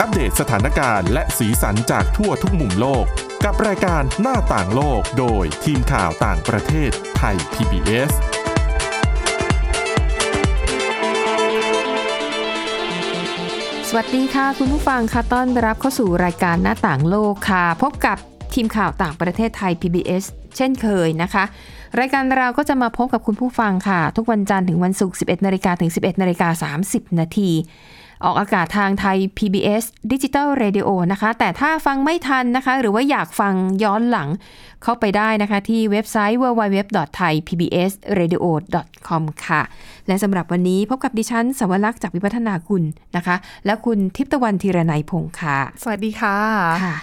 อัปเดตสถานการณ์และสีสันจากทั่วทุกมุมโลก กับรายการหน้าต่างโลกโดยทีมข่าวต่างประเทศไทย PBS สวัสดีค่ะ คุณผู้ฟังค่ะต้อนรับเข้าสู่รายการหน้าต่างโลกค่ะ พบกับทีมข่าวต่างประเทศไทย PBS เช่นเคยนะคะ รายการเราก็จะมาพบกับคุณผู้ฟังค่ะ ทุกวันจันทร์ถึงวันศุกร์ 11นาฬิกาถึง 11นาฬิกา30 นาที ออกอากาศทางไทย PBS Digital Radio นะคะ แต่ถ้าฟังไม่ทันนะคะ หรือว่าอยากฟังย้อนหลังเข้าไปได้นะคะที่เว็บไซต์ www.thaipbsradio.com ค่ะ และสำหรับวันนี้พบกับดิฉันสวรักษ์จากวิพัฒนาคุณนะคะ และคุณทิพย์ตะวันธีรนัยพงค์ค่ะ สวัสดีค่ะ ค่ะ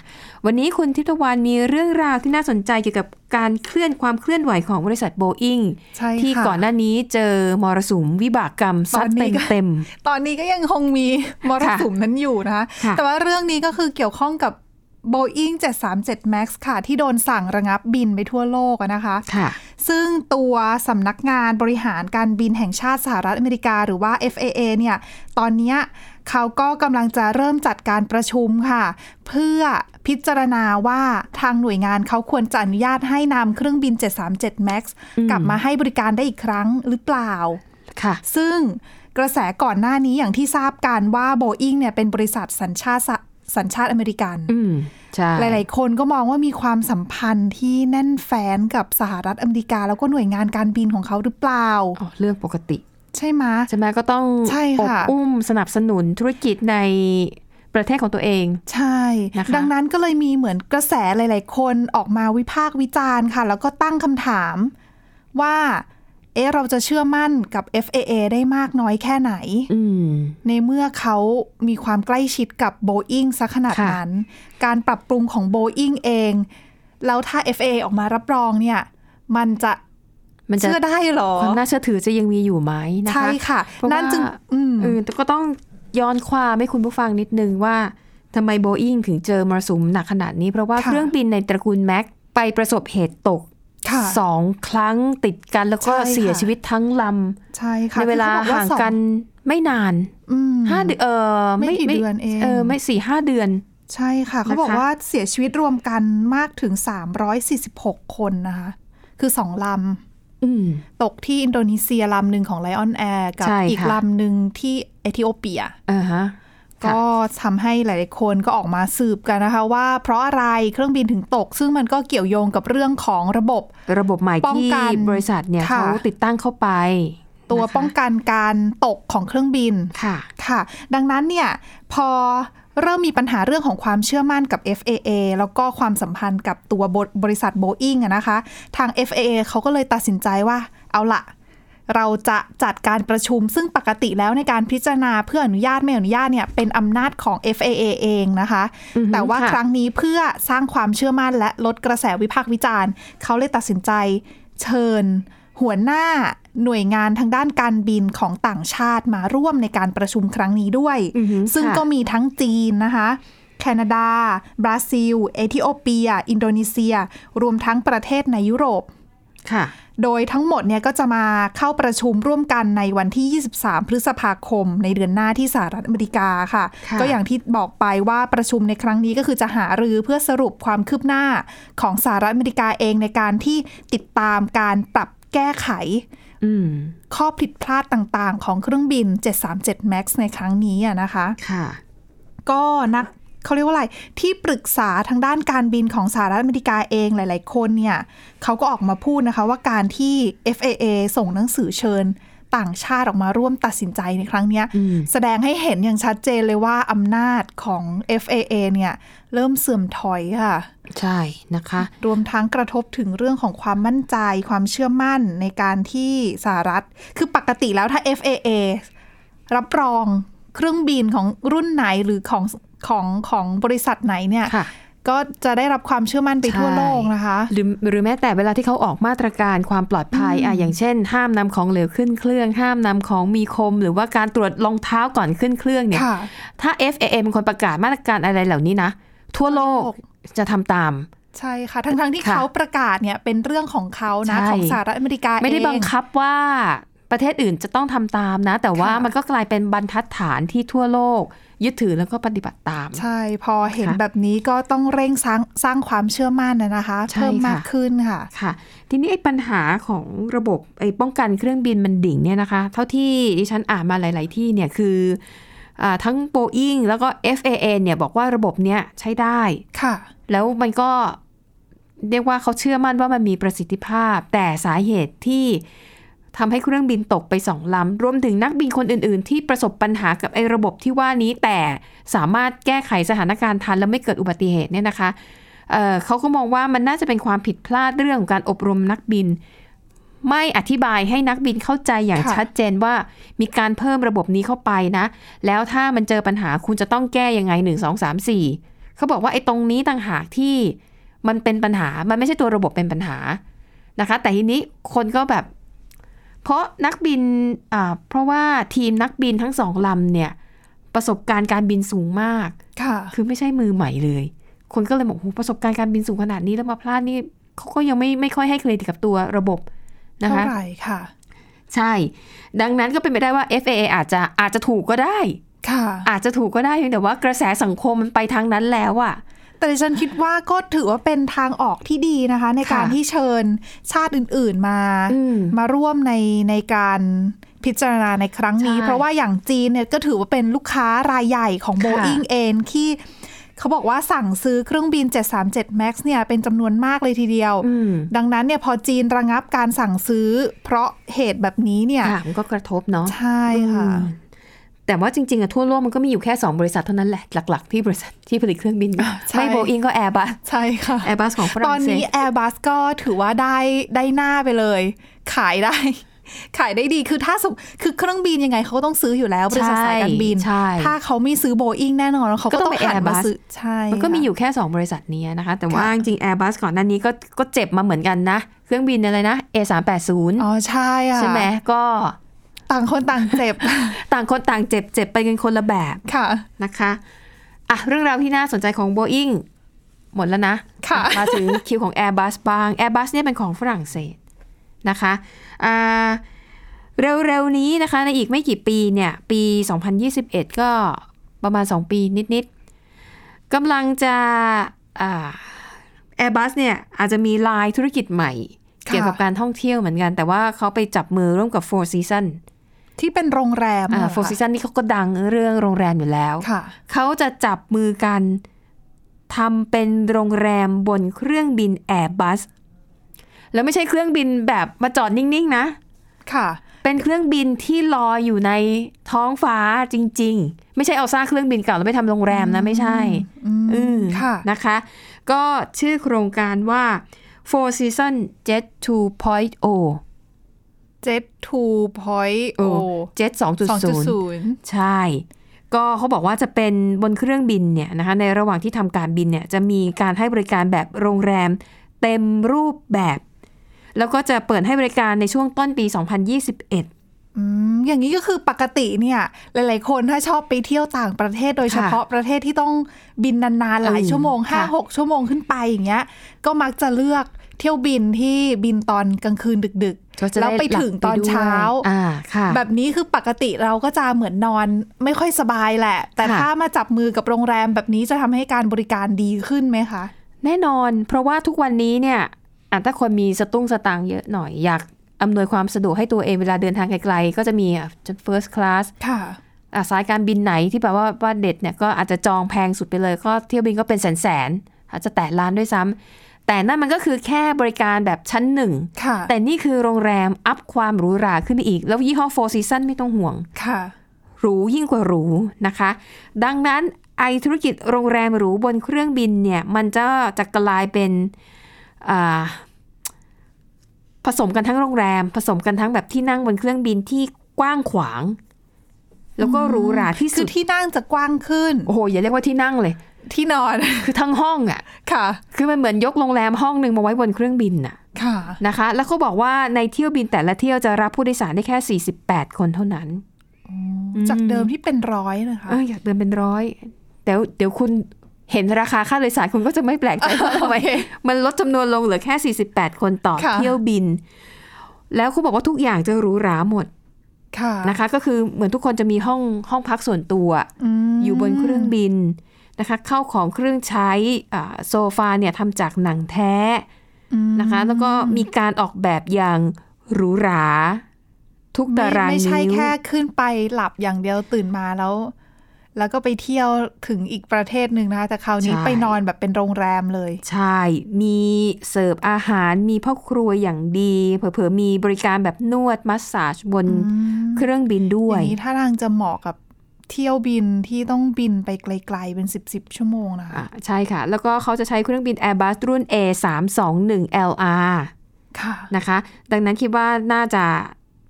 วันนี้คุณทิพย์ตะวันมีเรื่องราวที่น่าสนใจเกี่ยวกับการเคลื่อนความเคลื่อนไหวของบริษัทโบอิง ใช่ค่ะ ที่ก่อนหน้านี้เจอมรสุมวิบากกรรมซัด ตอนนี้ เต็ม ก็ เต็ม ตอนนี้ก็ยังคงมี มรสุมนั้นอยู่นะคะ ค่ะ แต่ว่าเรื่องนี้ก็คือเกี่ยวข้องกับ Boeing 737 MAX ค่ะ ที่โดนสั่งระงับบินไปทั่วโลกอะนะคะ ๆค่ะ ซึ่งตัวสำนักงานบริหารการบินแห่งชาติสหรัฐอเมริกาหรือว่า FAA เนี่ย ตอนเนี้ยเขาก็กำลังจะเริ่มจัดการประชุมค่ะ เพื่อพิจารณาว่าทางหน่วยงานเขาควรจะอนุญาตให้นำเครื่องบิน 737 MAX กลับมาให้บริการได้อีกครั้งหรือเปล่า ค่ะ ซึ่งกระแสก่อนหน้านี้อย่างที่ทราบกันว่าโบอิงเนี่ยเป็นบริษัทสัญชาติสะสัญชาติอเมริกัน อืมใช่ หลายๆ คนก็มองว่ามีความสัมพันธ์ที่แน่นแฟนกับสหรัฐอเมริกา แล้วก็หน่วยงานการบินของเขาหรือเปล่า อ๋อเรื่องปกติ ใช่ไหม ใช่ไหมก็ต้อง ใช่ อบ ค่ะ อุ้มสนับสนุนธุรกิจในประเทศของตัวเอง ใช่ นะคะ ดังนั้นก็เลยมีเหมือนกระแสหลาย ๆ คนออกมาวิพากษ์วิจารณ์ค่ะ แล้วก็ตั้งคำถามว่า เอ๊ะเราจะเชื่อมั่นกับ FAA ได้มากน้อยแค่ไหน อืม ในเมื่อเขามีความใกล้ชิดกับ Boeing ซะขนาด ค่ะ นั้น การปรับปรุงของ Boeing เอง แล้วถ้า FAA ออกมารับรองเนี่ย มันจะ มันจะ เชื่อได้เหรอ ความน่าเชื่อถือจะยังมีอยู่ไหมนะคะ ใช่ค่ะ เพราะว่า นั่นจึงอืม เออแต่ก็ต้องย้อนความให้คุณผู้ฟังนิดนึงว่าทำไมโบอิงถึงเจอมรสุมหนักขนาดนี้ เพราะว่าเครื่องบินในตระกูลแม็กไปประสบเหตุตก ค่ะ สองครั้งติดกันแล้วก็ ใช่ค่ะ เสียชีวิตทั้งล ใช่ ำ ค่ะ ในเวลา คือเขบอก ห่าง สอ กันไม่นาน อืม ห้าเดือนเออ ไม่กี่เดือนเอง เออไม่สี่ห้าเดือน ใช่ค่ะ เขา นะคะ บอกว่าเสียชีวิตรวมกันมากถึง 346 คนนะคะ คือสองล อืม ำตกที่อินโดนีเซียลำหนึ่งของ Lion Air กับ ใช่ อีก ค่ะ ลำหนึ่งที่เอธิโอเปีย อ่าฮะ ค่ะ ก็ทำให้หลาย ๆ คนก็ออกมาสืบกันนะคะ ว่าเพราะอะไรเครื่องบินถึงตก ซึ่งมันก็เกี่ยวโยงกับเรื่องของระบบ ระบบใหม่ ป้อง ที่ กัน บริษัทเนี่ย ค่ะ เขาติดตั้งเข้าไป ตัว นะคะ ป้องกันการตกของเครื่องบิน ค่ะ ค่ะ ดังนั้นเนี่ยพอเริ่มมีปัญหาเรื่องของความเชื่อมั่นกับ FAA แล้วก็ความสัมพันธ์กับตัวบบริษัท Boeing อะนะคะ ทาง FAA เขาก็เลยตัดสินใจว่าเอาละเราจะจัดการประชุมซึ่งปกติแล้วในการพิจารณาเพื่ออนุญาตไม่อนุญาตเนี่ยเป็นอำนาจของ FAA เองนะคะ อือฮึ แต่ว่า ค่ะ ครั้งนี้เพื่อสร้างความเชื่อมั่นและลดกระแสวิพากษ์วิจารณ์ เขาเลยตัดสินใจเชิญ หัวหน้าหน่วยงานทางด้านการบินของต่างชาติมาร่วมในการประชุมครั้งนี้ด้วย อือฮึ ซึ่ง ค่ะ ก็มีทั้งจีนนะคะ แคนาดา บราซิล เอธิโอเปีย อินโดนีเซีย รวมทั้งประเทศในยุโรป ค่ะ โดยทั้งหมดเนี่ยก็จะมาเข้าประชุมร่วมกันในวันที่ 23 พฤษภาคม ในเดือนหน้าที่สหรัฐอเมริกาค่ะ ค่ะ ก็อย่างที่บอกไปว่าประชุมในครั้งนี้ก็คือจะหารือเพื่อสรุปความคืบหน้าของสหรัฐอเมริกาเองในการที่ติดตามการปรับแก้ไข อืม ข้อผิดพลาดต่างๆ ของเครื่องบิน 737 MAX ในครั้งนี้อะนะคะ ค่ะ ก็นักเขาเรียกว่าอะไร ที่ปรึกษาทางด้านการบินของสหรัฐอเมริกาเองหลาย ๆ คนเนี่ยเขาก็ออกมาพูดนะคะว่าการที่ FAA ส่งหนังสือเชิญต่างชาติออกมาร่วมตัดสินใจในครั้งเนี้ย อืม แสดงให้เห็นอย่างชัดเจนเลยว่าอำนาจของ FAA เนี่ยเริ่มเสื่อมถอยค่ะ ใช่นะคะ รวมทั้งกระทบถึงเรื่องของความมั่นใจ ความเชื่อมั่นในการที่สหรัฐ คือปกติแล้วถ้า FAA รับรองเครื่องบินของรุ่นไหนหรือของของของบริษัทไหนเนี่ย ค่ะ ก็จะได้รับความเชื่อมั่นไปทั่ว ใช่ โลกนะคะ หรือหรือแม้แต่เวลาที่เขาออกมาตรการความปลอดภัยอ่ะอย่างเช่น ห้ามนำของเหลวขึ้นเครื่อง ห้ามนำของมีคม หรือว่าการตรวจรองเท้าก่อนขึ้นเครื่องเนี่ย ค่ะ ถ้า FAA เป็นคนประกาศมาตรการอะไรเหล่านี้นะ ทั่วโลก ทั่วโล จะทำตาม ใช่ค่ะ ทั้งๆที่ ค่ะ เขาประกาศเนี่ยเป็นเรื่องของเขานะ ใช่ ของสหรัฐอเมริกาเอง ไม่ได้บังคับว่า ประเทศอื่นจะต้องทำตามนะ แต่ว่า ค่ะ มันก็กลายเป็นบรรทัดฐานที่ทั่วโลก ยึดถือแล้วก็ปฏิบัติตาม ใช่พอเห็น ค่ะ แบบนี้ก็ต้องเร่งสร้างสร้างความเชื่อมั่นนะนะคะ ใช่ เพิ่มมาก ค่ะ ขึ้นค่ะ ค่ะ ทีนี้ไอ้ปัญหาของระบบไอ้ป้องกันเครื่องบินมันดิ่งเนี่ยนะคะ เท่าที่ดิฉันอ่านมาหลาย ๆ ที่เนี่ยคืออาทั้ง Boeing แล้วก็ FAA เนี่ยบอกว่าระบบเนี้ยใช้ได้ ค่ะ แล้วมันก็เรียกว่าเขาเชื่อมั่นว่ามันมีประสิทธิภาพ แต่สาเหตุที่ทำให้เครื่องบินตกไปสองลำรวมถึงนักบินคนอื่น ๆ ที่ประสบปัญหากับไอ้ระบบที่ว่านี้ แต่สามารถแก้ไขสถานการณ์ทันและไม่เกิดอุบัติเหตุเนี่ยนะคะเอ่อเขาก็มองว่ามันน่าจะเป็นความผิดพลาดเรื่องของการอบรมนักบิน ไม่อธิบายให้นักบินเข้าใจอย่าง ค่ะ ชัดเจนว่ามีการเพิ่มระบบนี้เข้าไปนะ แล้วถ้ามันเจอปัญหาคุณจะต้องแก้ยังไงหนึ่งสองสามสี่ เขาบอกว่าไอ้ตรงนี้ต่างหากที่มันเป็นปัญหา มันไม่ใช่ตัวระบบเป็นปัญหานะคะ แต่ทีนี้คนก็แบบ เพราะนักบินอ่าเพราะว่าทีมนักบินทั้งสองลำเนี่ย ประสบการณ์การบินสูงมาก ค่ะ คือไม่ใช่มือใหม่เลย คนก็เลยบอกโหประสบการณ์การบินสูงขนาดนี้แล้วมาพลาดนี่เขาก็ยังไม่ไม่ค่อยให้เครดิตกับตัวระบบนะ เท่า คะ ไหร่ค่ะ ใช่ ดังนั้นก็เป็นไปได้ว่า FAA อาจจะอาจจะถูกก็ได้ ค่ะ อาจจะถูกก็ได้เพียงแต่ว่ากระแสสังคมมันไปทางนั้นแล้วอะ แต่ดิฉันคิดว่าก็ถือว่าเป็นทางออกที่ดีนะคะ ในการ ค่ะ ที่เชิญชาติอื่นๆมา อืม มาร่วมในในการพิจารณาในครั้งนี้ ใช่ เพราะว่าอย่างจีนเนี่ยก็ถือว่าเป็นลูกค้ารายใหญ่ของ ค่ะ Boeing เองที่เขาบอกว่าสั่งซื้อเครื่องบิน 737 MAX เนี่ยเป็นจำนวนมากเลยทีเดียว อืม ดังนั้นเนี่ยพอจีนระงับการสั่งซื้อ เพราะเหตุแบบนี้เนี่ย ค่ะมันก็กระทบเนาะ ใช่ค่ะ อืมแต่ว่าจริงๆอะทั่วโลกมันก็มีอยู่แค่ 2 บริษัทเท่านั้นแหละ หลักๆ ที่บริษัท ที่ผลิตเครื่องบิน ใช่ ไม่โบอิงก็แอร์บัส ใช่ค่ะ แอร์บัสของฝ ต รั่ อง น เศ นี้ ส Airbus ก็ถือว่าได้ได้หน้าไปเลย ขายได้ ขายได้ดีคือถ้าสมคือเครื่องบินยังไงเขาก็ต้องซื้ออยู่แล้วบริษัทสายการบิน ใช่ใช่ ถ้าเขาไม่ซื้อโบอิงแน่นอนแล้วเขาก็ ก็ต้ ต้ อ อง ง ไป หันมา Airbus ซื้อใช่ มันก็มีอค่ะยู่แค่ 2 บริษัทเนี้ยนะคะ แต่ว่า ค่ะ จริงๆ Airbus ก่อนหน้านี้ก็ก็เจ็บมาเหมือนกันนะ เครื่องบินอะไรนะ A380 อ๋อใช่อ่ะ ใช่ไหมก็ ต่างคนต่างเจ็บ ต่างคนต่างเจ็บเจ็บไปกันคนละแบบ ค่ะ นะคะอ่ะเรื่องราวที่น่าสนใจของ Boeing หมดแล้วนะ ค่ะ มาถึงคิวของ Airbus บ้าง Airbus เนี่ยเป็นของฝรั่งเศสนะคะอ่าเร็วๆนี้นะคะในอีกไม่กี่ปีเนี่ยปี 2021 ก็ประมาณ 2 ปีนิดๆกำลังจะอ่า Airbus เนี่ยอาจจะมีไลายธุรกิจใหม่ ค่ะ เกี่ยวกับการท่องเที่ยวเหมือนกัน แต่ว่าเขาไปจับมือร่วมกับ Four Seasons ที่เป็นโรงแรม อ่า เหรอ Four Seasons นี่เขาก็ดังเรื่องโรงแรมอยู่แล้ว ค่ะ เขาจะจับมือกันทำเป็นโรงแรมบนเครื่องบินแอร์บัสแล้วไม่ใช่เครื่องบินแบบมาจอดนิ่งๆนะ ค่ะ เป็นเครื่องบินที่ลอยอยู่ในท้องฟ้าจริง ๆ ไม่ใช่เอาซากเครื่องบินเก่าแล้วไปทำโรงแรมนะไม่ใช่อืม ค่ะ นะคะ ก็ชื่อโครงการว่า Four Season Jet 2.0 เจ็ดทูพอยต์โอ Jet 2.0 2.0 ใช่ ก็เขาบอกว่าจะเป็นบนเครื่องบินเนี่ยนะคะในระหว่างที่ทำการบินเนี่ยจะมีการให้บริการแบบโรงแรมเต็มรูปแบบ แล้วก็จะเปิดให้บริการในช่วงต้นปี 2021 อืมอย่างนี้ก็คือปกติเนี่ย หลาย ๆ คนถ้าชอบไปเที่ยวต่างประเทศโดย ค่ะ เฉพาะประเทศที่ต้องบินนาน ๆ หลาย อืม ชั่วโมง ค่ะ 5 6 ชั่วโมงขึ้นไปอย่างเงี้ย ก็มักจะเลือกเที่ยวบินที่บินตอนกลางคืนดึก ก็จะ แล้ว ด้ ไปถึงตอนเช้า หลับไปด้วยอ่าค่ะ ๆ แบบนี้คือปกติเราก็จะเหมือนนอนไม่ค่อยสบายแหละ แต่ ค่ะ ถ้ามาจับมือกับโรงแรมแบบนี้จะทำให้การบริการดีขึ้นไหมคะ แน่นอน เพราะว่าทุกวันนี้เนี่ยอ่ะถ้าคนมีสตุ้งสตางค์เยอะหน่อย อยากอำนวยความสะดวกให้ตัวเองเวลาเดินทางไกลๆ ก็จะมีอ่ะ first class ค่ะ อ่ะสายการบินไหนที่แบบว่าว่าเด็ดเนี่ยก็อาจจะจองแพงสุดไปเลย ก็เที่ยวบินก็เป็นแสนแสนๆอาจจะแตะล้านด้วยซ้ำแต่นั่นมันก็คือแค่บริการแบบชั้นหนึ่ง ค่ะ แต่นี่คือโรงแรมอัพความหรูหราขึ้นไปอีก แล้วยี่ห้อ Four Season ไม่ต้องห่วง ค่ะ หรูยิ่งกว่าหรูนะคะ ดังนั้นไอธุรกิจโรงแรมหรูบนเครื่องบินเนี่ย มันจะจะกลายเป็นอ่าผสมกันทั้งโรงแรม ผสมกันทั้งแบบที่นั่งบนเครื่องบินที่กว้างขวาง แล้วก็หรูหราที่ คื สุ อ ด ที่นั่งจะกว้างขึ้น โอ้โหอย่าเรียกว่าที่นั่งเลย ที่นอน คือทั้งห้องอะ่ะ ค่ะ คือมันเหมือนยกโรงแรมห้องหนึ่งมาไว้บนเครื่องบินน่ะ ค่ะ นะคะ แล้วเขาบอกว่าในเที่ยวบินแต่ละเที่ยวจะรับผู้โดยสารได้แค่ 48 คนเท่านั้น จากเดิมที่เป็นร้อยนะคะ เอออยากเดินเป็นร้อยเดี๋ยวเดี๋ยวคุณเห็นราคาค่าโดยสารคุณก็จะไม่แปลก ใจว่าทำไมมันลดจำนวนลงเหลือแค่ 48 คนต่อ ค่ะ เที่ยวบิน แล้วเขาบอกว่าทุกอย่างจะหรูหราหมด ค่ะ นะคะก็คือเหมือนทุกคนจะมีห้องห้องพักส่วนตัว ม อยู่บนเครื่องบินนะคะเข้าของเครื่องใช้อ่าโซฟาเนี่ยทำจากหนังแท้ อืม นะคะ แล้วก็มีการออกแบบอย่างหรูหรา ทุก ไม่ ตาราง ไม่ใช่ นิ้ว แค่ขึ้นไปหลับอย่างเดียวตื่นมาแล้ว แล้วก็ไปเที่ยวถึงอีกประเทศหนึ่งนะคะ แต่คราวนี้ ใช่ ไปนอนแบบเป็นโรงแรมเลย ใช่ มีเสิร์ฟอาหาร มีพ่อครัวอย่างดี เผลอๆ มีบริการแบบนวดมัสซาจบน อืม เครื่องบินด้ อ วย ย่างนี้ถ้าทางจะเหมาะกับเที่ยวบินที่ต้องบินไปไกลๆเป็น 10บสชั่วโมงนะ อ่า คะ ใช่ค่ะ แล้วก็เขาจะใช้เครื่องบิน Airbus รุ่น A321LR ค่ะ นะคะ ดังนั้นคิดว่าน่าจะ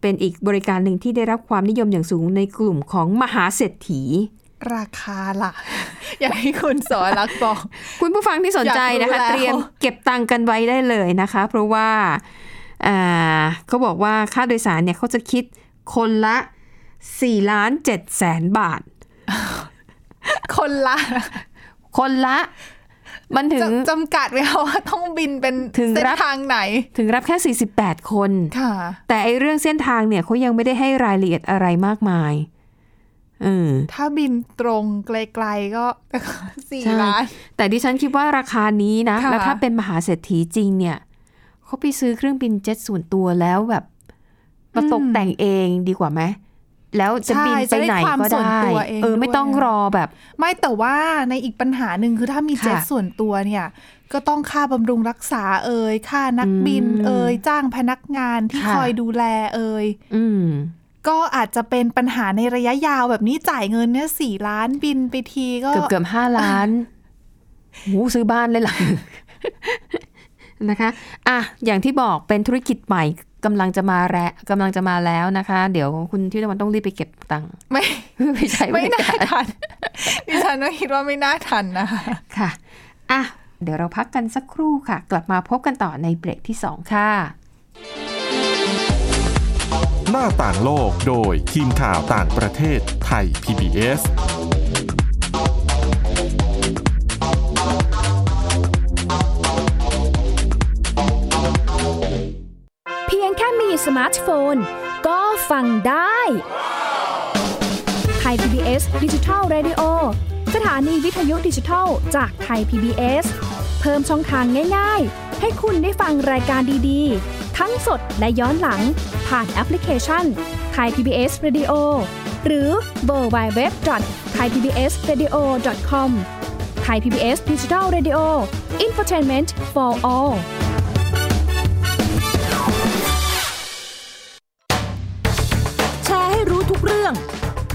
เป็นอีกบริการหนึ่งที่ได้รับความนิยมอย่างสูงในกลุ่มของมหาเศรษฐี ราคาล่ะ อย่างที่คุณสอรักษ์บอก คุณผู้ฟังที่สนใจ อยากรู้ นะคะ แล้ว เตรียมเก็บตังค์กันไว้ได้เลยนะคะ เพราะว่าอ่าเขาบอกว่าค่าโดยสารเนี่ยเขาจะคิดคนละ4ล้าน7แสนบาท คนละ คนละมันถึ จะ ง จำกัดไว้ว่าต้องบินเป็น ถึง เส้น รับ ทางไหน ถึงรับแค่ 48 คน ค่ะ แต่ไอเรื่องเส้นทางเนี่ยเขายังไม่ได้ให้รายละเอียดอะไรมากมายเออ ถ้าบินตรงไกลๆก็ สี่ ใช่ ล้าน แต่ดิฉันคิดว่าราคานี้นะ ค่ะ แล้วถ้าเป็นมหาเศรษฐีจริงเนี่ยเขาไปซื้อเครื่องบินเจ็ตส่วนตัวแล้วแบบมาตกแต่งเองดีกว่าไหมแล้วจะบินไปไหนก็ ใช่จะได้ความส่วน ได้ ตัวเอง เออ ไม่ ด้วย ต้องรอแบบ ไม่แต่ว่าในอีกปัญหาหนึ่งคือถ้ามี ค่ะ เจ็ตส่วนตัวเนี่ย ก็ต้องค่าบำรุงรักษาเอ่ยค่านักบิน อืม เอ่ยจ้างพนักงานที่ ค่ะ คอยดูแลเอ่ย อืม ก็อาจจะเป็นปัญหาในระยะยาวแบบนี้จ่ายเงินเนี่ยสี่ล้านบินไปทีก็ เกือบเกือบห้าล้านโหซื้อบ้านเลยหลังหนึ่ง นะคะ อ่ะ อย่างที่บอกเป็นธุรกิจใหม่กำลังจะมาแรกำลังจะมาแล้วนะคะ เดี๋ยวคุณที่ตะวันต้องรีบไปเก็บตังค์ ไม่ เพื่อไปใช้บ ไม่ ริ น่า การ ทัน ดิฉันก็คิดว่าไม่น่าทันนะคะ ค่ะ อ่ะ เดี๋ยวเราพักกันสักครู่ค่ะ กลับมาพบกันต่อในเบรกที่ 2 ค่ะ หน้าต่างโลกโดยทีมข่าวต่างประเทศไทย PBS เพียงแค่มีสมาร์ทโฟน ก็ฟังได้ไทย PBS ดิจิทัล Radio สถานีวิทยุดิจิทัลจากไทย PBS เพิ่มช่องทางง่ายๆ ให้คุณได้ฟังรายการดีๆ ทั้งสดและย้อนหลัง ผ่านแอปพลิเคชันไทย PBS Radio หรือเวอร์ไบเว็บไทยพีบีเอสเรดิโอคอมไทยพีบีเอสดิจิทัลเรดิโออินฟอร์ทนเมนต์ for all แชร์ให้รู้ทุกเรื่อง เ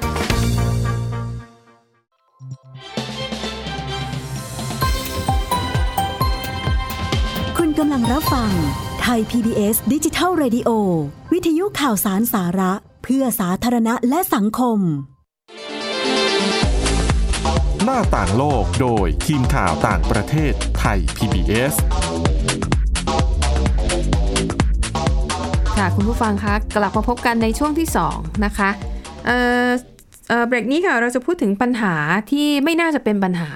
คุณกำลังรับฟังไทย PBS ดิจิทัล Radio วิทยุข่าวสารสาระ เพื่อสาธารณะและสังคม หน้าต่างโลกโดยทีมข่าวต่างประเทศไทย PBS ค่ะ คุณผู้ฟังคะ กลับมาพบกันในช่วงที่ 2 นะคะเอ่อเอ่อเบรกนี้ค่ะ เราจะพูดถึงปัญหาที่ไม่น่าจะเป็นปัญหา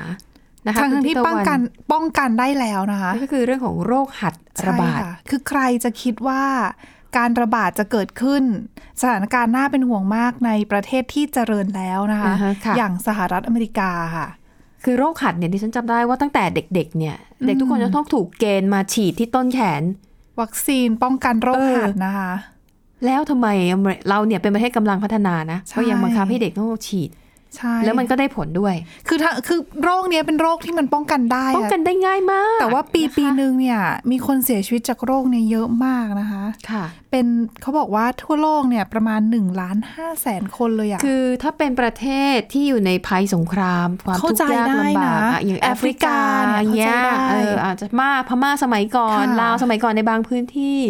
นะคะ ทางที่ คุณทิ ป้อง ตะวัน กันป้องกันได้แล้วนะคะ นั่นก็คือเรื่องของโรคหัดระบาด ใช่ค่ะคือใครจะคิดว่าการระบาดจะเกิดขึ้น สถานการณ์น่าเป็นห่วงมากในประเทศที่เจริญแล้วนะคะ อ่าฮะค่ะ อย่างสหรัฐอเมริกาค่ะ คือโรคหัดเนี่ยดิฉันจำได้ว่าตั้งแต่เด็กๆเนี่ย เด็กทุกคนจะต้องถูกเกณฑ์มาฉีดที่ต้นแขน วัคซีนป้องกันโรค เออ หัดนะคะ แล้วทำไมอเมริเราเนี่ยเป็นประเทศกำลังพัฒนานะ ใช่ ก็ยังบังคับให้เด็กต้องฉีด ใช่ แล้วมันก็ได้ผลด้วย คือถ้าคือโรคเนี้ยเป็นโรคที่มันป้องกันได้ ป้อง อะ กันได้ง่ายมาก แต่ว่าปี นะคะ ปีหนึ่งเนี่ยมีคนเสียชีวิตจากโรคเนี่ยเยอะมากนะคะ ค่ะ เป็นเขาบอกว่าทั่วโลกเนี่ยประมาณ1ล้าน5แสนคนเลยอะ คือถ้าเป็นประเทศที่อยู่ในภัยสงคราม ความทุ เข้าก ใจ ข์ยากลำบาก ได้นะ อะอย่างแอฟริกา แอฟริกาเนี่ย เงี้ย เข้าใจได้ เอออาจจะมาพม่าสมัยก่อน ค่ะ ลาวสมัยก่อนในบางพื้นที่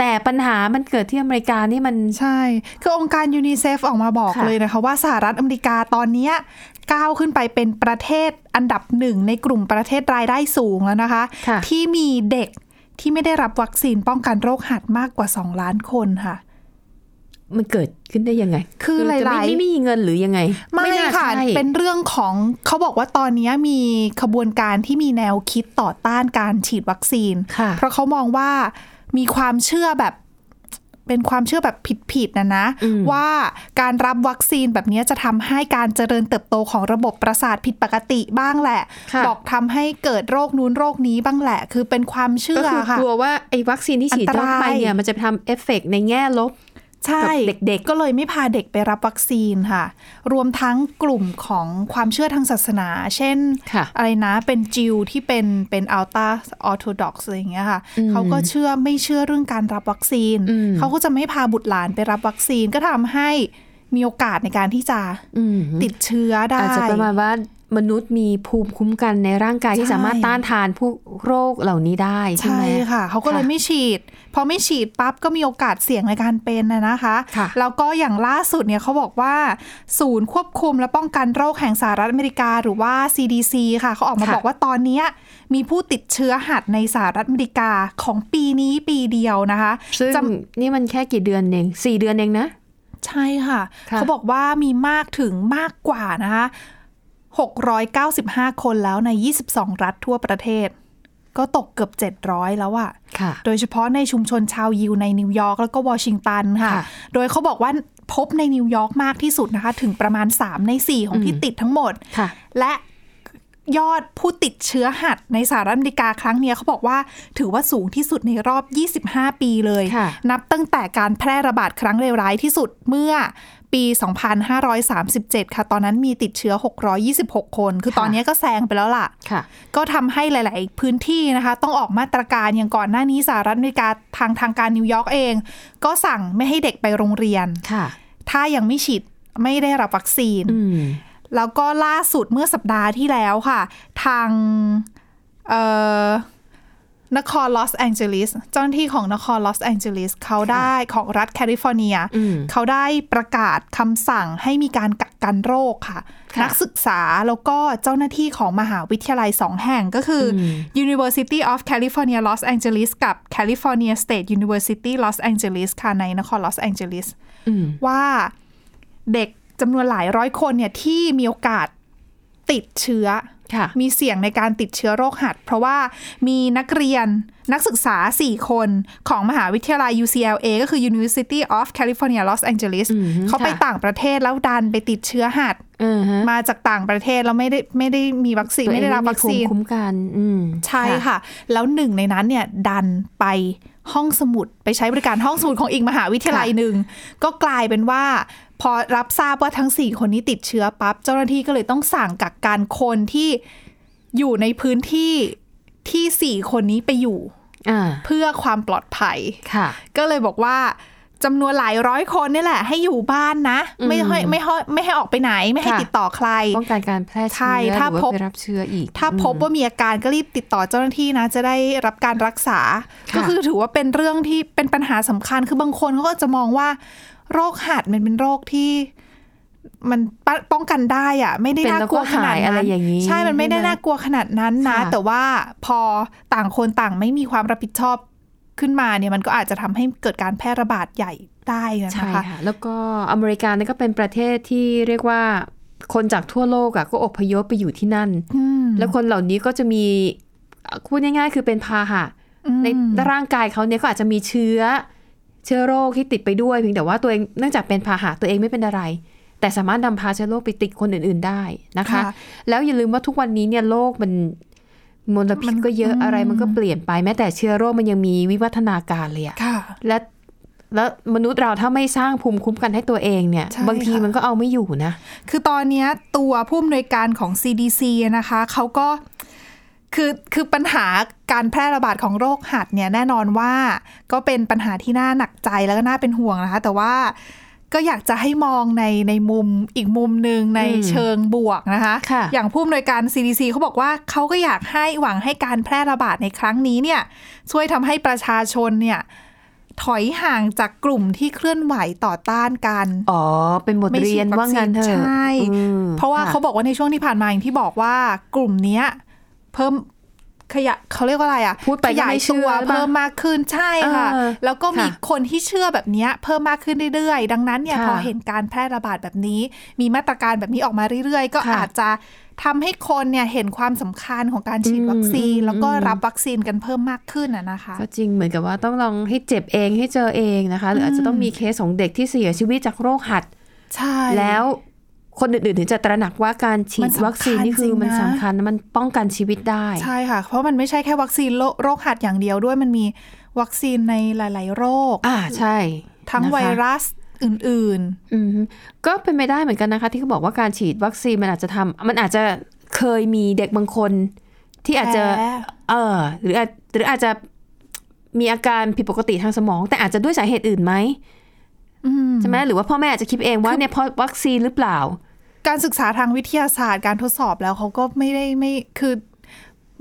แต่ปัญหามันเกิดที่อเมริกานี่มัน ใช่ คือองค์การยูนิเซฟออกมาบอก ค่ะ เลยนะคะว่าสหรัฐอเมริกาตอนเนี้ยก้าวขึ้นไปเป็นประเทศอันดับหนึ่งในกลุ่มประเทศรายได้สูงแล้วนะคะ ค่ะ ที่มีเด็กที่ไม่ได้รับวัคซีนป้องกันโรคหัดมากกว่า 2 ล้านคนค่ะ มันเกิดขึ้นได้ยังไง คือหลายๆ จะไม่ไม่ไม่มีเงินหรือยังไง ไม่ น่า ค่ะ ใช่ เป็นเรื่องของเขาบอกว่าตอนเนี้ยมีขบวนการที่มีแนวคิดต่อต้านการฉีดวัคซีน ค่ะ เพราะเขามองว่ามีความเชื่อแบบเป็นความเชื่อแบบผิดๆนะนะ อืม ว่าการรับวัคซีนแบบเนี้ยจะทำให้การเจริญเติบโตของระบบประสาทผิดปกติบ้างแหละ ค่ะ บอกทำให้เกิดโรคนู้นโรคนี้บ้างแหละ คือเป็นความเชื่ ก็ อ คือ ค่ะ กลัวว่าไอ้วัคซีนที่ฉีด อันเข้ารตาย ไปเนี่ยมันจะไปทำเอฟเฟกต์ในแง่ลบ ใช่ กับเด็กๆ ก็เลยไม่พาเด็กไปรับวัคซีนค่ะ รวมทั้งกลุ่มของความเชื่อทางศาสนา เช่น ค่ะ อะไรนะเป็นจิวที่เป็นเป็นอัลตาออร์โธดอกซ์อะไรอย่างเงี้ยค่ะ อืม เขาก็เชื่อไม่เชื่อเรื่องการรับวัคซีน อืม เขาก็จะไม่พาบุตรหลานไปรับวัคซีนก็ทำให้มีโอกาสในการที่จะ อืม ติดเชื้อได้ อาจจะประมาณว่ามนุษย์มีภูมิคุ้มกันในร่างกายที่ ใช่ สามารถต้านทานพวกโรคเหล่านี้ได้ใช่ ใช่ ไหม ค่ะ เขาก็เลย ค่ะ ไม่ฉีด พอไม่ฉีดปั๊บก็มีโอกาสเสี่ยงในการเป็นนะนะคะ ค่ะ แล้วก็อย่างล่าสุดเนี่ยเขาบอกว่า ศูนย์ควบคุมและป้องกันโรคแห่งสหรัฐอเมริกาหรือว่า CDC ค่ะ เขาออกมา ค่ะ บอกว่าตอนเนี้ยมีผู้ติดเชื้อหัดในสหรัฐอเมริกาของปีนี้ปีเดียวนะคะ ซึ่ง จำ นี่มันแค่กี่เดือนเองสี่เดือนเองนะ ใช่ค่ะ ค่ะ เขาบอกว่ามีมากถึงมากกว่านะคะ 695 คนแล้วใน 22 รัฐทั่วประเทศ ก็ตกเกือบ 700 แล้วอะ ค่ะ โดยเฉพาะในชุมชนชาวยิวในนิวยอร์กแล้วก็วอชิงตันค่ะ ค่ะ โดยเขาบอกว่าพบในนิวยอร์กมากที่สุดนะคะ ถึงประมาณ 3 ใน 4 ของที่ติดทั้งหมด ค่ะ และยอดผู้ติดเชื้อหัดในสหรัฐอเมริกาครั้งเนี้ยเขาบอกว่าถือว่าสูงที่สุดในรอบ 25 ปีเลย ค่ะ นับตั้งแต่การแพร่ระบาดครั้งเลวร้ายที่สุดเมื่อปี 2537 ค่ะ ตอนนั้นมีติดเชื้อ 626 คน คือตอนเนี้ยก็แซงไปแล้วล่ะ ค่ะ ก็ทำให้หลาย ๆ พื้นที่นะคะ ต้องออกมาตรการอย่างก่อนหน้านี้สหรัฐอเมริกาทางทางการนิวยอร์กเอง ก็สั่งไม่ให้เด็กไปโรงเรียน ค่ะ ถ้ายังไม่ฉีดไม่ได้รับวัคซีน อืม แล้วก็ล่าสุดเมื่อสัปดาห์ที่แล้วค่ะ ทางเอ่อนครลอสแองเจลิสเจ้าหน้าที่ของนครลอสแองเจลิสเขาได้ของรัฐแคลิฟอร์เนีย อืม เขาได้ประกาศคำสั่งให้มีการกักกันโรคค่ะ ค่ะ นักศึกษาแล้วก็เจ้าหน้าที่ของมหาวิทยาลัยสองแห่งก็คืออ ม University of California Los Angeles กับ California State University Los Angeles ค่ะในนครลอสแองเจลิส อืม ว่าเด็กจำนวนหลายร้อยคนเนี่ยที่มีโอกาสติดเชื้อ ค่ะ มีเสี่ยงในการติดเชื้อโรคหัด เพราะว่ามีนักเรียนนักศึกษา 4 คนของมหาวิทยาลัย UCLA ก็คือ University of California Los Angeles อืม เขาไป ค่ะ ต่างประเทศแล้วดันไปติดเชื้อหัด อือฮะ มาจากต่างประเทศแล้วไม่ได้ไม่ได้มีวัคซีน ไม่ได้รับวัคซีน ตัวเองไม่มีภูมิคุ้มกัน อืม ใช่ค่ะ แล้วหนึ่งในนั้นเนี่ยดันไปห้องสมุดไปใช้บริการห้องสมุดของอีกมหาวิทยาลัยหนึ่ง ก็กลายเป็นว่า พอรับทราบว่าทั้ง 4 คนนี้ติดเชื้อปั๊บ เจ้าหน้าที่ก็เลยต้องสั่งกักกันคนที่อยู่ในพื้นที่ที่ 4 คนนี้ไปอยู่ อ่า เพื่อความปลอดภัย ค่ะ ก็เลยบอกว่าจำนวนหลายร้อยคนนี่แหละ ให้อยู่บ้านนะ ไม่ให้ไม่ให้ไม่ให้ออกไปไหนไม่ให้ ค่ะ ติดต่อใคร ป้องกันการแพร่เชื้อ ใช่ถ้า หรือ พ ว่า บ ไปรับเชื้ออีก ถ้าพบว่ามีอาการก็รีบติดต่อเจ้าหน้าที่นะ จะได้รับการรักษา ค่ะ ก็คือถือว่าเป็นเรื่องที่เป็นปัญหาสำคัญคือบางคนเขาก็อาจจะมองว่า โรคหัดมันเป็นโรคที่ มันปป้องกันได้อะไม่ได้ เป็น น่า แล้ว ก ก็ ลัวขนาด หายอะ นั้ ไร น อย่างนี้ ใช่มันไม่ได้ ใช่ไหม น่ากลัวขนาดนั้นนะ ค่ะ แต่ว่าพอต่างคนต่างไม่มีความรับผิดชอบขึ้นมาเนี่ย มันก็อาจจะทำให้เกิดการแพร่ระบาดใหญ่ได้นะ ใช่ คะ ค่ะ แล้วก็อเมริกานี่ก็เป็นประเทศที่เรียกว่าคนจากทั่วโลกอะก็อพยพไปอยู่ที่นั่น อืม แล้วคนเหล่านี้ก็จะมีเอ่อพูดง่ายๆ คือเป็นพาหะ อืม ในร่างกายเขาเนี่ยก็อาจจะมีเชื้อ เชื้อโรคที่ติดไปด้วยเพียงแต่ว่าตัวเองเนื่องจากเป็นพาหะตัวเองไม่เป็นอะไร แต่สามารถนำพาเชื้อโรคไปติดคนอื่นๆได้นะคะ ค่ะ แล้วอย่าลืมว่าทุกวันนี้เนี่ยโลกมันมลพิษก็เยอะ อืม อะไรมันก็เปลี่ยนไปแม้แต่เชื้อโรคมันยังมีวิวัฒนาการเลยอะ ค่ะ และแล้วมนุษย์เราถ้าไม่สร้างภูมิคุ้มกันให้ตัวเองเนี่ย ใช่ บางที ค่ะ มันก็เอาไม่อยู่นะ คือตอนเนี้ยตัวผู้อำนวยการของ CDC นะคะ เขาก็คือคือปัญหาการแพร่ระบาดของโรคหัดเนี่ยแน่นอนว่าก็เป็นปัญหาที่น่าหนักใจแล้วก็น่าเป็นห่วงนะคะ แต่ว่าก็อยากจะให้มองในในมุมอีกมุมหนึ่งใน อืม เชิงบวกนะคะ ค่ะ อย่างผู้อำนวยการ CDC เขาบอกว่าเขาก็อยากให้หวังให้การแพร่ระบาดในครั้งนี้เนี่ยช่วยทำให้ประชาชนเนี่ย ถอยห่างจากกลุ่มที่เคลื่อนไหวต่อต้านกัน อ๋อ เป็นบท ไม่ฉีด เรียนว่างั้นเถ วัคซี อะ นใช่ อืม เพราะว่า ค่ เขาบอกว่าในช่วงที่ผ่านมาอย่างที่บอกว่ากลุ่มเนี้ยเพิ่มขยะเขาเรียกว่าอะไรอ่ะ พูดไป ข ก็ ยาย ไม่ ตั เชื่ ว อ เพิ่ม ปะ มากขึ้นใช่ค่ะ เออ แล้วก็มี ค่ะ คนที่เชื่อแบบเนี้ยเพิ่มมากขึ้นเรื่อยๆ ดังนั้นเนี่ย ค่ะ พอเห็นการแพร่ระบาดแบบนี้ มีมาตรการแบบนี้ออกมาเรื่อยๆ ก็ ค่ะ อาจจะทำให้คนเนี่ยเห็นความสำคัญของการฉีดวัคซีน อืม แล้วก็ อืม รับวัคซีนกันเพิ่มมากขึ้นอะนะคะ ก็จริงเหมือนกับว่าต้องลองให้เจ็บเองให้เจอเองนะคะ หรืออาจจะต้องมีเคสของเด็กที่เสียชีวิตจากโรคหัด ใช่ แล้วคนอื่นๆถึงจะตระหนักว่าการฉี มั ด นสำคัญ วัคซีนนี่คื จริ อง นะ มันสำคัญนะมันป้องกันชีวิตได้ ใช่ค่ะ เพราะมันไม่ใช่แค่วัคซีนโรโรคหัดอย่างเดียวด้วยมันมีวัคซีนในหลาย ๆ โรค อ่าใช่ ทั้ง นะคะ ไวรัสอื่น อืมก็เป็นไปได้เหมือนกันนะคะ ที่เขาบอกว่าการฉีดวัคซีนมันอาจจะทำมันอาจจะเคยมีเด็กบางคน ที่อาจจะ แพ้ เออหรืออาจหรืออาจจะมีอาการผิดปกติทางสมอง แต่อาจจะด้วยสาเหตุอื่นไหม ๆอืม ใช่ไหมหรือว่าพ่อแม่อาจจะคิดเองว่าเนี่ยเพราะวัคซีนหรือเปล่า การศึกษาทางวิทยาศาสตร์การทดสอบแล้วเขาก็ไม่ได้ไม่คือ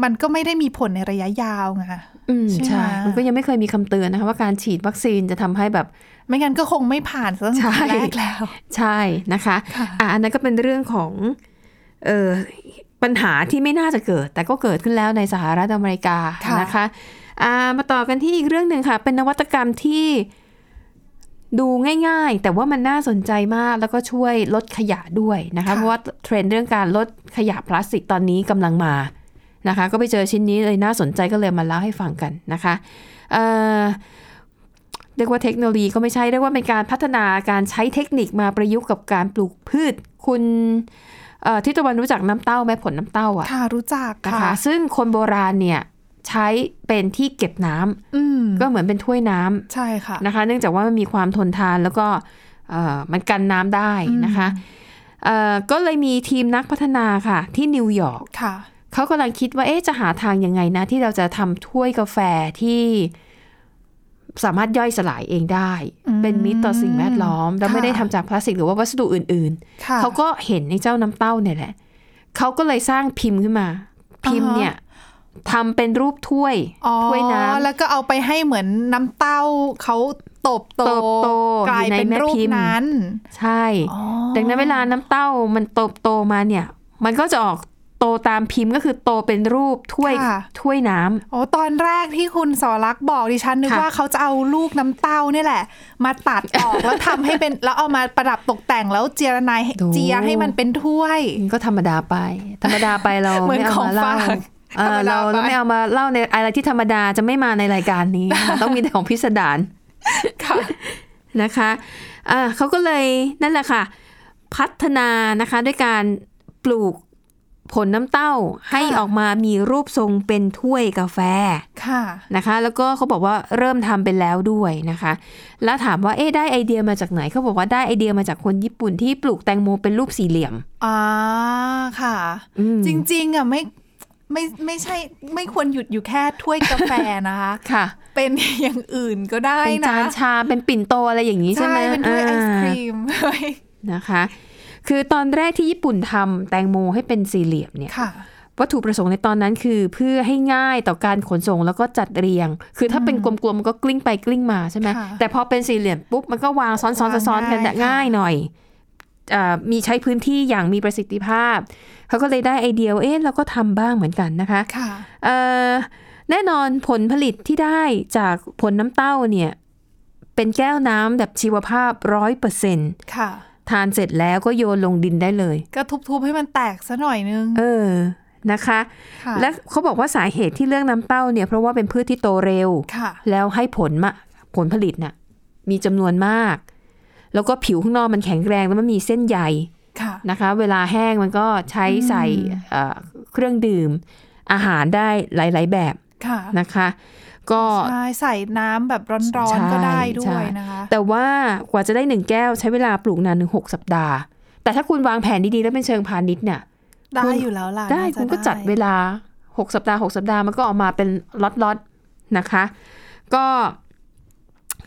มันก็ไม่ได้มีผลในระยะยาวไง อืม ใช่ไหม ใช่ มันก็ยังไม่เคยมีคำเตือนนะคะว่าการฉีดวัคซีนจะทำให้แบบ ไม่งั้นก็คงไม่ผ่านตั้งแต่ ใช่ แรกแล้ว ใช่นะคะ ค่ะ อ่ะอันนั้นก็เป็นเรื่องของเออปัญหาที่ไม่น่าจะเกิด แต่ก็เกิดขึ้นแล้วในสหรัฐอเมริกา ค่ะ นะคะอ่ามาต่อกันที่อีกเรื่องหนึ่งค่ะ เป็นนวัตกรรมที่ดูง่าย ๆ แต่ว่ามันน่าสนใจมากแล้วก็ช่วยลดขยะด้วยนะคะ เพราะว่าเทรนด์เรื่องการลดขยะพลาสติกตอนนี้กำลังมานะคะ ก็ไปเจอชิ้นนี้เลยน่าสนใจก็เลยมาเล่าให้ฟังกันนะคะเอ่อ เรียกว่าเทคโนโลยีก็ไม่ใช่เรียกว่าเป็นการพัฒนาการใช้เทคนิคมาประยุกต์กับการปลูกพืช คุณเอ่อทิศตะวันรู้จักน้ำเต้าไหมผลน้ำเต้าอะ ค่ะรู้จัก นะคะ ค่ะ ซึ่งคนโบราณเนี่ยใช้เป็นที่เก็บน้ำ อืม ก็เหมือนเป็นถ้วยน้ำ ใช่ค่ะ นะคะ เนื่องจากว่ามันมีความทนทานแล้วก็เอ่อมันกันน้ำได้นะคะเอ่อก็เลยมีทีมนักพัฒนาค่ะ ที่นิวยอร์ก ค่ะ เขากำลังคิดว่าเอ๊ะจะหาทางยังไงนะ ที่เราจะทำถ้วยกาแฟที่สามารถย่อยสลายเองได้ อืม เป็นมิตรต่อสิ่งแวดล้อม แล้ว ค่ะ ไม่ได้ทำจากพลาสติกหรือว่าวัสดุอื่น ค่ะ ๆ เขาก็เห็นในเจ้าน้ำเต้าเนี่ยแหละ เขาก็เลยสร้างพิมพ์ขึ้นมา พิมพ์ อ่าฮะ เนี่ยทำเป็นรูปถ้วย อ๋อ ถ้วยน้ำ แล้วก็เอาไปให้เหมือนน้ำเต้าเขาตบโต เติบโต กลายเป็นรูอปยู่ในแม่พิมพ์ นั้น ใช่ดังนั้นเวลาน้ำเต้ามันโตโตมาเนี่ย มันก็จะออกโตตามพิมพ์ก็คือโตเป็นรูปถ้วย ค่ะ ถ้วยน้ำ โอ้ตอนแรกที่คุณสอรักษ์บอกดิฉันนึก ค่ะ ว่าเขาจะเอาลูกน้ำเต้าเนี่ยแหละ มาตัดออก แล้วทำให้เป็น แล้วเอามาประดับตกแต่งแล้วเจียรนายให้ ดู เจียให้มันเป็นถ้วย มันก็ธรรมดาไป ธรรมดาไปเรา เหมือน ไม่เอา ของ มาเล่า ฝาก เออ ธรรมดา เรา ไป เราไม่เอามาเล่าในอะไรที่ธรรมดาจะไม่มาในรายการนี้ มันต้องมีแต่ของพิสดาร ค่ะ นะคะเอ่อเขาก็เลยนั่นแหละค่ะ พัฒนานะคะด้วยการปลูกผลน้ำเต้าให้ ค่ะ ออกมามีรูปทรงเป็นถ้วยกาแฟ ค่ะ นะคะแล้วก็เขาบอกว่าเริ่มทำไปแล้วด้วยนะคะ แล้วถามว่าเอ๊ะได้ไอเดียมาจากไหนเขาบอกว่าได้ไอเดียมาจากคนญี่ปุ่นที่ปลูกแตงโมเป็นรูปสี่เหลี่ยม อ่าค่ะ อืม จริงๆอ่ะไม่ไม่ไม่ใช่ไม่ควรหยุดอยู่แค่ถ้วยกาแฟนะคะ ค่ะ เป็นอย่างอื่นก็ได้ เป็น นะ จานชามเป็นปิ่นโตอะไรอย่างนี้ใช่ไหม เป็นถ้วยไอศครี อ่ ม านะคะ คือตอนแรกที่ญี่ปุ่นทำแตงโมให้เป็นสี่เหลี่ยมเนี่ย ค่ะ วัตถุประสงค์ในตอนนั้นคือเพื่อให้ง่ายต่อการขนส่งแล้วก็จัดเรียง คือถ้าเป็นกลมๆมันก็กลิ้งไปกลิ้งมาใช่ไหม ค่ะ แต่พอเป็นสี่เหลี่ยมปุ๊บมันก็วางซ้อนๆซ้อนๆกัน วางง่าย ง่ายหน่อยเอ่อมีใช้พื้นที่อย่างมีประสิทธิภาพเขาก็เลยได้ไอเดียว่าเอ๊ะเราก็ทำบ้างเหมือนกันนะคะ ค่ะ เอ่อแน่นอนผลผลิตที่ได้จากผลน้ำเต้าเนี่ย เป็นแก้วน้ำแบบชีวภาพร้อยเปอร์เซ็น ค่ะ ทานเสร็จแล้วก็โยนลงดินได้เลย ก็ทุบๆให้มันแตกซะหน่อยนึง เออนะคะ ค่ะ และเขาบอกว่าสาเหตุที่เลือกน้ำเต้าเนี่ยเพราะว่าเป็นพืชที่โตเร็ว ค่ะ แล้วให้ผลมาผลผลิตน่ะมีจำนวนมาก แล้วก็ผิวข้างนอกมันแข็งแรงแล้วมันมีเส้นใย ค่ะ นะคะเวลาแห้งมันก็ใช้ใส่เอ่อเครื่องดื่ม อาหารได้หลาย ๆ แบบ ค่ะ นะคะ ก็ ใช่ใส่น้ำแบบร้อน ใช่ ๆก็ได้ด้ ใช่ วยนะคะ แต่ว่ากว่าจะได้หนึ่งแก้วใช้เวลาปลูกนานถึงหกสัปดาห์ แต่ถ้าคุณวางแผนดี ๆ แล้วเป็นเชิงพาณิชย์เนี่ย ได้ คุณ อยู่แล้วล่ะ ได้ น่าะ คุณก็จัดเว ไ ลา 6 สัปดาห์ 6 สัปดาห์มันก็ออกมาเป็นล็อตๆนะคะ ก็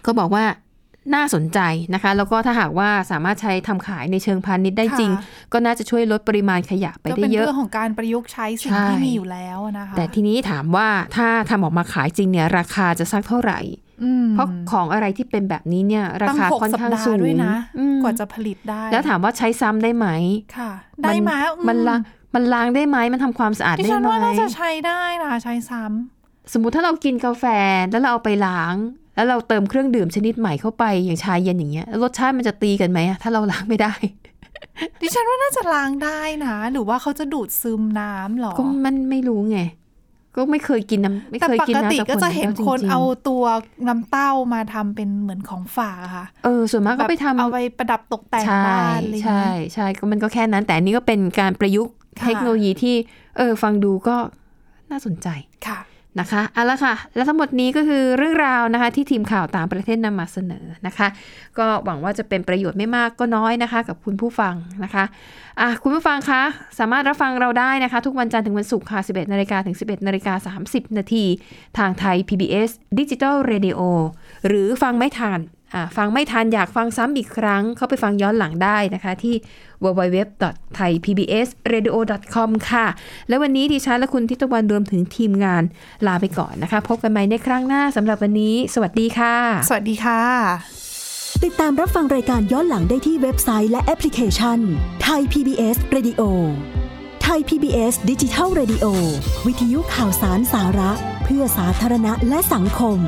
ก็บอกว่าน่าสนใจนะคะ แล้วก็ถ้าหากว่าสามารถใช้ทำขายในเชิงพาณิชย์ได้จริง ค่ะ ก็น่าจะช่วยลดปริมาณขยะไป ก็ ได้ เป็น เยอะ เรื่องของการประยุกต์ใช้สิ่ง ใช่ ที่มีอยู่แล้วนะคะ แต่ทีนี้ถามว่าถ้าทำออกมาขายจริงเนี่ยราคาจะสักเท่าไหร่ อืม เพราะของอะไรที่เป็นแบบนี้เนี่ย รา ตั้ง คา หก ค่อน สัป ข้าง ดา สูงห์ด้วยนะ อืม กว่าจะผลิตได้ แล้วถามว่าใช้ซ้ำได้ไหม ค่ะ ได้ไหมอื มันล้างมันล้างได้ไหมมันทำความสะอาด ดิ ได้ ฉัน ไหม ว่าน่าจะใช้ได้นะใช้ซ้ำ สมมติถ้าเรากินกาแฟแล้วเราเอาไปล้าง แล้วเราเติมเครื่องดื่มชนิดใหม่เข้าไปอย่างชาเย็นอย่างเงี้ยแล้วรสชาติมันจะตีกันไหมอะถ้าเราล้างไม่ได้ ดิฉันว่าน่าจะล้างได้นะ หรือว่าเขาจะดูดซึมน้ำหรอ ก็มันไม่รู้ไง ก็ไม่เคยกินน้ำไม่ แต่ เคย ป กิน ก น้ำ ติ จาก ก็จะเห็นคน จริงๆ เอาตัวน้ำเต้ามาทำเป็นเหมือนของฝากอะค่ะ เออส่วนมากก็ไปทำ เอาไปประดับตกแต่ง ใช่ บ้านอะไรอย่าง ใช่ เงี้ย ใช่ก็มันก็แค่นั้น แต่อันนี้ก็เป็นการประยุกต์ ค่ะ เทคโนโลยีที่เออฟังดูก็น่าสนใจ ค่ะ นะคะเอาละค่ะ และทั้งหมดนี้ก็คือเรื่องราวนะคะ ที่ทีมข่าวต่างประเทศนำมาเสนอนะคะ ก็หวังว่าจะเป็นประโยชน์ไม่มากก็น้อยนะคะ กับคุณผู้ฟังนะคะอ่ะคุณผู้ฟังคะสามารถรับฟังเราได้นะคะ ทุกวันจันทร์ถึงวันศุกร์ค่ะ 11นาฬิกาถึง 11นาฬิกา30 นาที ทางไทย PBS Digital Radio หรือฟังไม่ทันอ่าฟังไม่ทันอยากฟังซ้ำอีกครั้ง เข้าไปฟังย้อนหลังได้นะคะ ที่ www.thaipbsradio.com ค่ะ และวันนี้ดิฉันและคุณทิตวันรวมถึงทีมงานลาไปก่อนนะคะ พบกันใหม่ในครั้งหน้าสำหรับวันนี้ สวัสดีค่ะ สวัสดีค่ะ ติดตามรับฟังรายการย้อนหลังได้ที่เว็บไซต์และแอปพลิเคชันไทย PBS Radio ไทย PBS ดิจิทัล Radio วิทยุข่าวสารสาระ เพื่อสาธารณะและสังคม